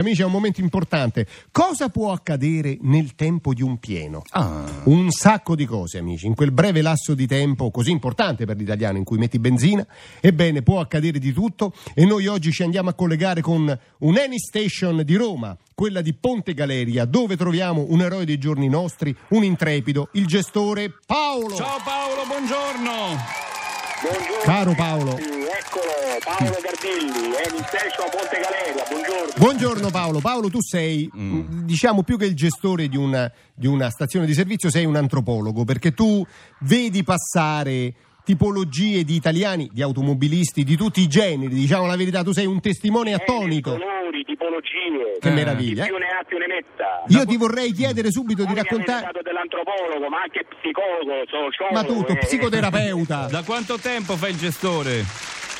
Amici, è un momento importante. Cosa può accadere nel tempo di un pieno? Ah, Un sacco di cose, amici. In quel breve lasso di tempo così importante per l'italiano in cui metti benzina, ebbene, può accadere di tutto. E noi oggi ci andiamo a collegare con un'Any Station di Roma, quella di Ponte Galeria, dove troviamo un eroe dei giorni nostri, un intrepido, il gestore Paolo. ciao Paolo, buongiorno. Buongiorno. Caro Paolo. Eccolo, Paolo Gardilli, è in stesso a Ponte Galeria, buongiorno. Buongiorno Paolo. Paolo, tu sei, mh, diciamo, più che il gestore di una, di una stazione di servizio, sei un antropologo perché tu vedi passare tipologie di italiani, di automobilisti, di tutti i generi, diciamo la verità, tu sei un testimone attonico. Generi, colori, tipologie. Che Eh. meraviglia. Chi eh. più ne ha più ne metta. Io ti vorrei chiedere subito di Voi avete raccontare, parlato dell'antropologo, ma anche psicologo, sociologo. ma tutto, eh. psicoterapeuta. Da quanto tempo fai il gestore?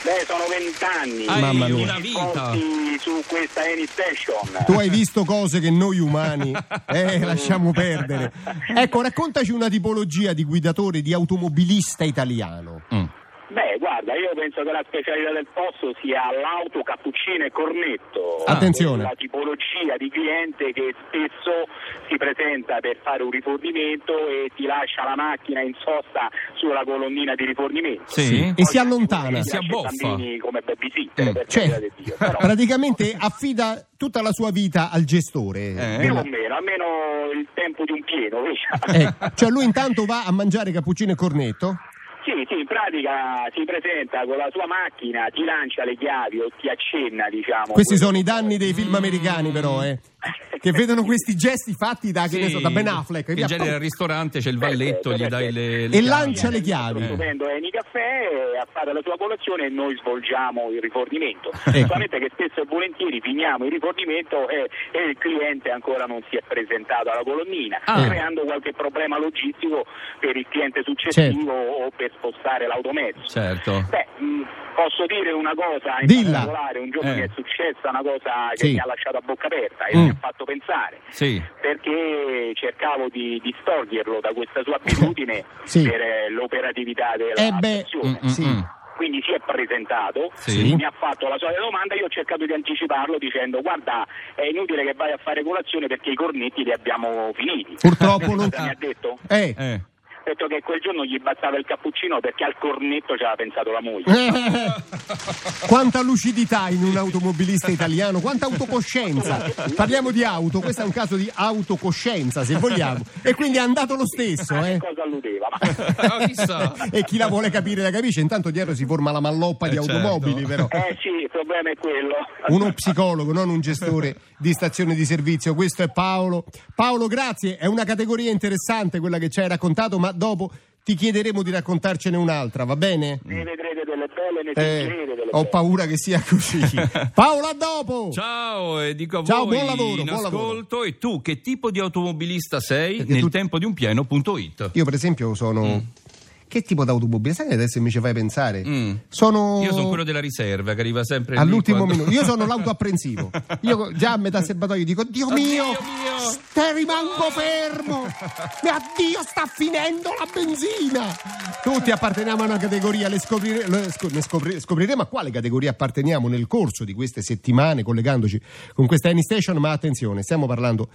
Beh, sono vent'anni. Hai Mamma mia. una vita. Scorsi su questa Any Station. Tu hai visto cose che noi umani eh, lasciamo perdere. Ecco, raccontaci una tipologia di guidatore, di automobilista italiano. Mm. Beh, guarda, io penso che la specialità del posto sia l'auto cappuccino e cornetto. Ah. Attenzione. La tipologia di cliente che spesso si presenta per fare un rifornimento e ti lascia la macchina in sosta sulla colonnina di rifornimento. Sì. E si allontana. Poi Si piace ai abboffa. bambini come babysitter, Mm, per carità Cioè, di Dio, però- praticamente affida tutta la sua vita al Eh. gestore. Più Della- o meno, almeno il tempo di un pieno. via. Eh, cioè lui intanto va a mangiare cappuccino e cornetto. Sì, sì, in pratica si presenta con la sua macchina, ti lancia le chiavi o ti accenna, diciamo. Questi quello sono i che danni dei film americani però, eh, che vedono questi gesti fatti da, che ne so, da Ben Affleck e, In via. genere al ristorante c'è il valletto, gli dai le, le E chiavi. lancia le chiavi. Stupendo Eni Caffè a fare la sua colazione e noi svolgiamo il rifornimento. Ecco. Solamente che spesso e volentieri finiamo il rifornimento e, e il cliente ancora non si è presentato alla colonnina, Ah. creando qualche problema logistico per il cliente Certo. successivo o per spostare l'automezzo. Certo. Beh, mh, posso dire una cosa in Dilla. particolare, un giorno Eh. mi è successa una cosa che Sì. mi ha lasciato a bocca aperta e Mm. mi ha fatto pensare Sì. perché cercavo di distoglierlo da questa sua abitudine Sì. per eh, l'operatività della Eh beh, stazione. Mm, mm, Sì. mm. Quindi si è presentato, Sì. mi ha fatto la sua domanda, io ho cercato di anticiparlo dicendo guarda è inutile che vai a fare colazione perché i cornetti li abbiamo finiti. Purtroppo non... Cosa mi ha detto? Eh. Eh. Ha detto che quel giorno gli bastava il cappuccino perché al cornetto ci aveva pensato la moglie. Quanta lucidità in un automobilista italiano, quanta autocoscienza. Parliamo di auto, questo è un caso di autocoscienza, se vogliamo. E quindi è andato lo stesso, Ah, che eh. cosa alludeva? Ma... Ah, chissà. e chi la vuole capire la capisce. Intanto dietro si forma la malloppa di Eh, certo. automobili, però. Eh sì, il problema è quello. Uno psicologo, non un gestore di stazione di servizio. Questo è Paolo. Paolo, grazie. È una categoria interessante quella che ci hai raccontato, ma dopo ti chiederemo di raccontarcene un'altra, va bene? Ne vedrete delle belle, ne Eh, sentirete delle ho belle. paura che sia così. Paolo, a dopo! Ciao e dico a Ciao, voi buon lavoro, in buon lavoro. ascolto e tu che tipo di automobilista sei Perché nel tu- tempo di un pieno.it. Io, per esempio, sono. Che tipo d'automobile? Sai che adesso mi ci fai pensare? Mm. Sono. Io sono quello della riserva che arriva sempre lì Oh. All'ultimo quando- minuto, io sono l'autoapprensivo. Io già a metà serbatoio dico: Dio Oddio mio, mio!" Te rimango fermo! Ma Dio, sta finendo la benzina! Tutti apparteniamo a una categoria, le scoprire- le scop- ne scopri- scopriremo a quale categoria apparteniamo nel corso di queste settimane, collegandoci con questa Any Station. Ma attenzione, stiamo parlando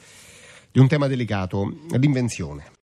di un tema delicato, l'invenzione.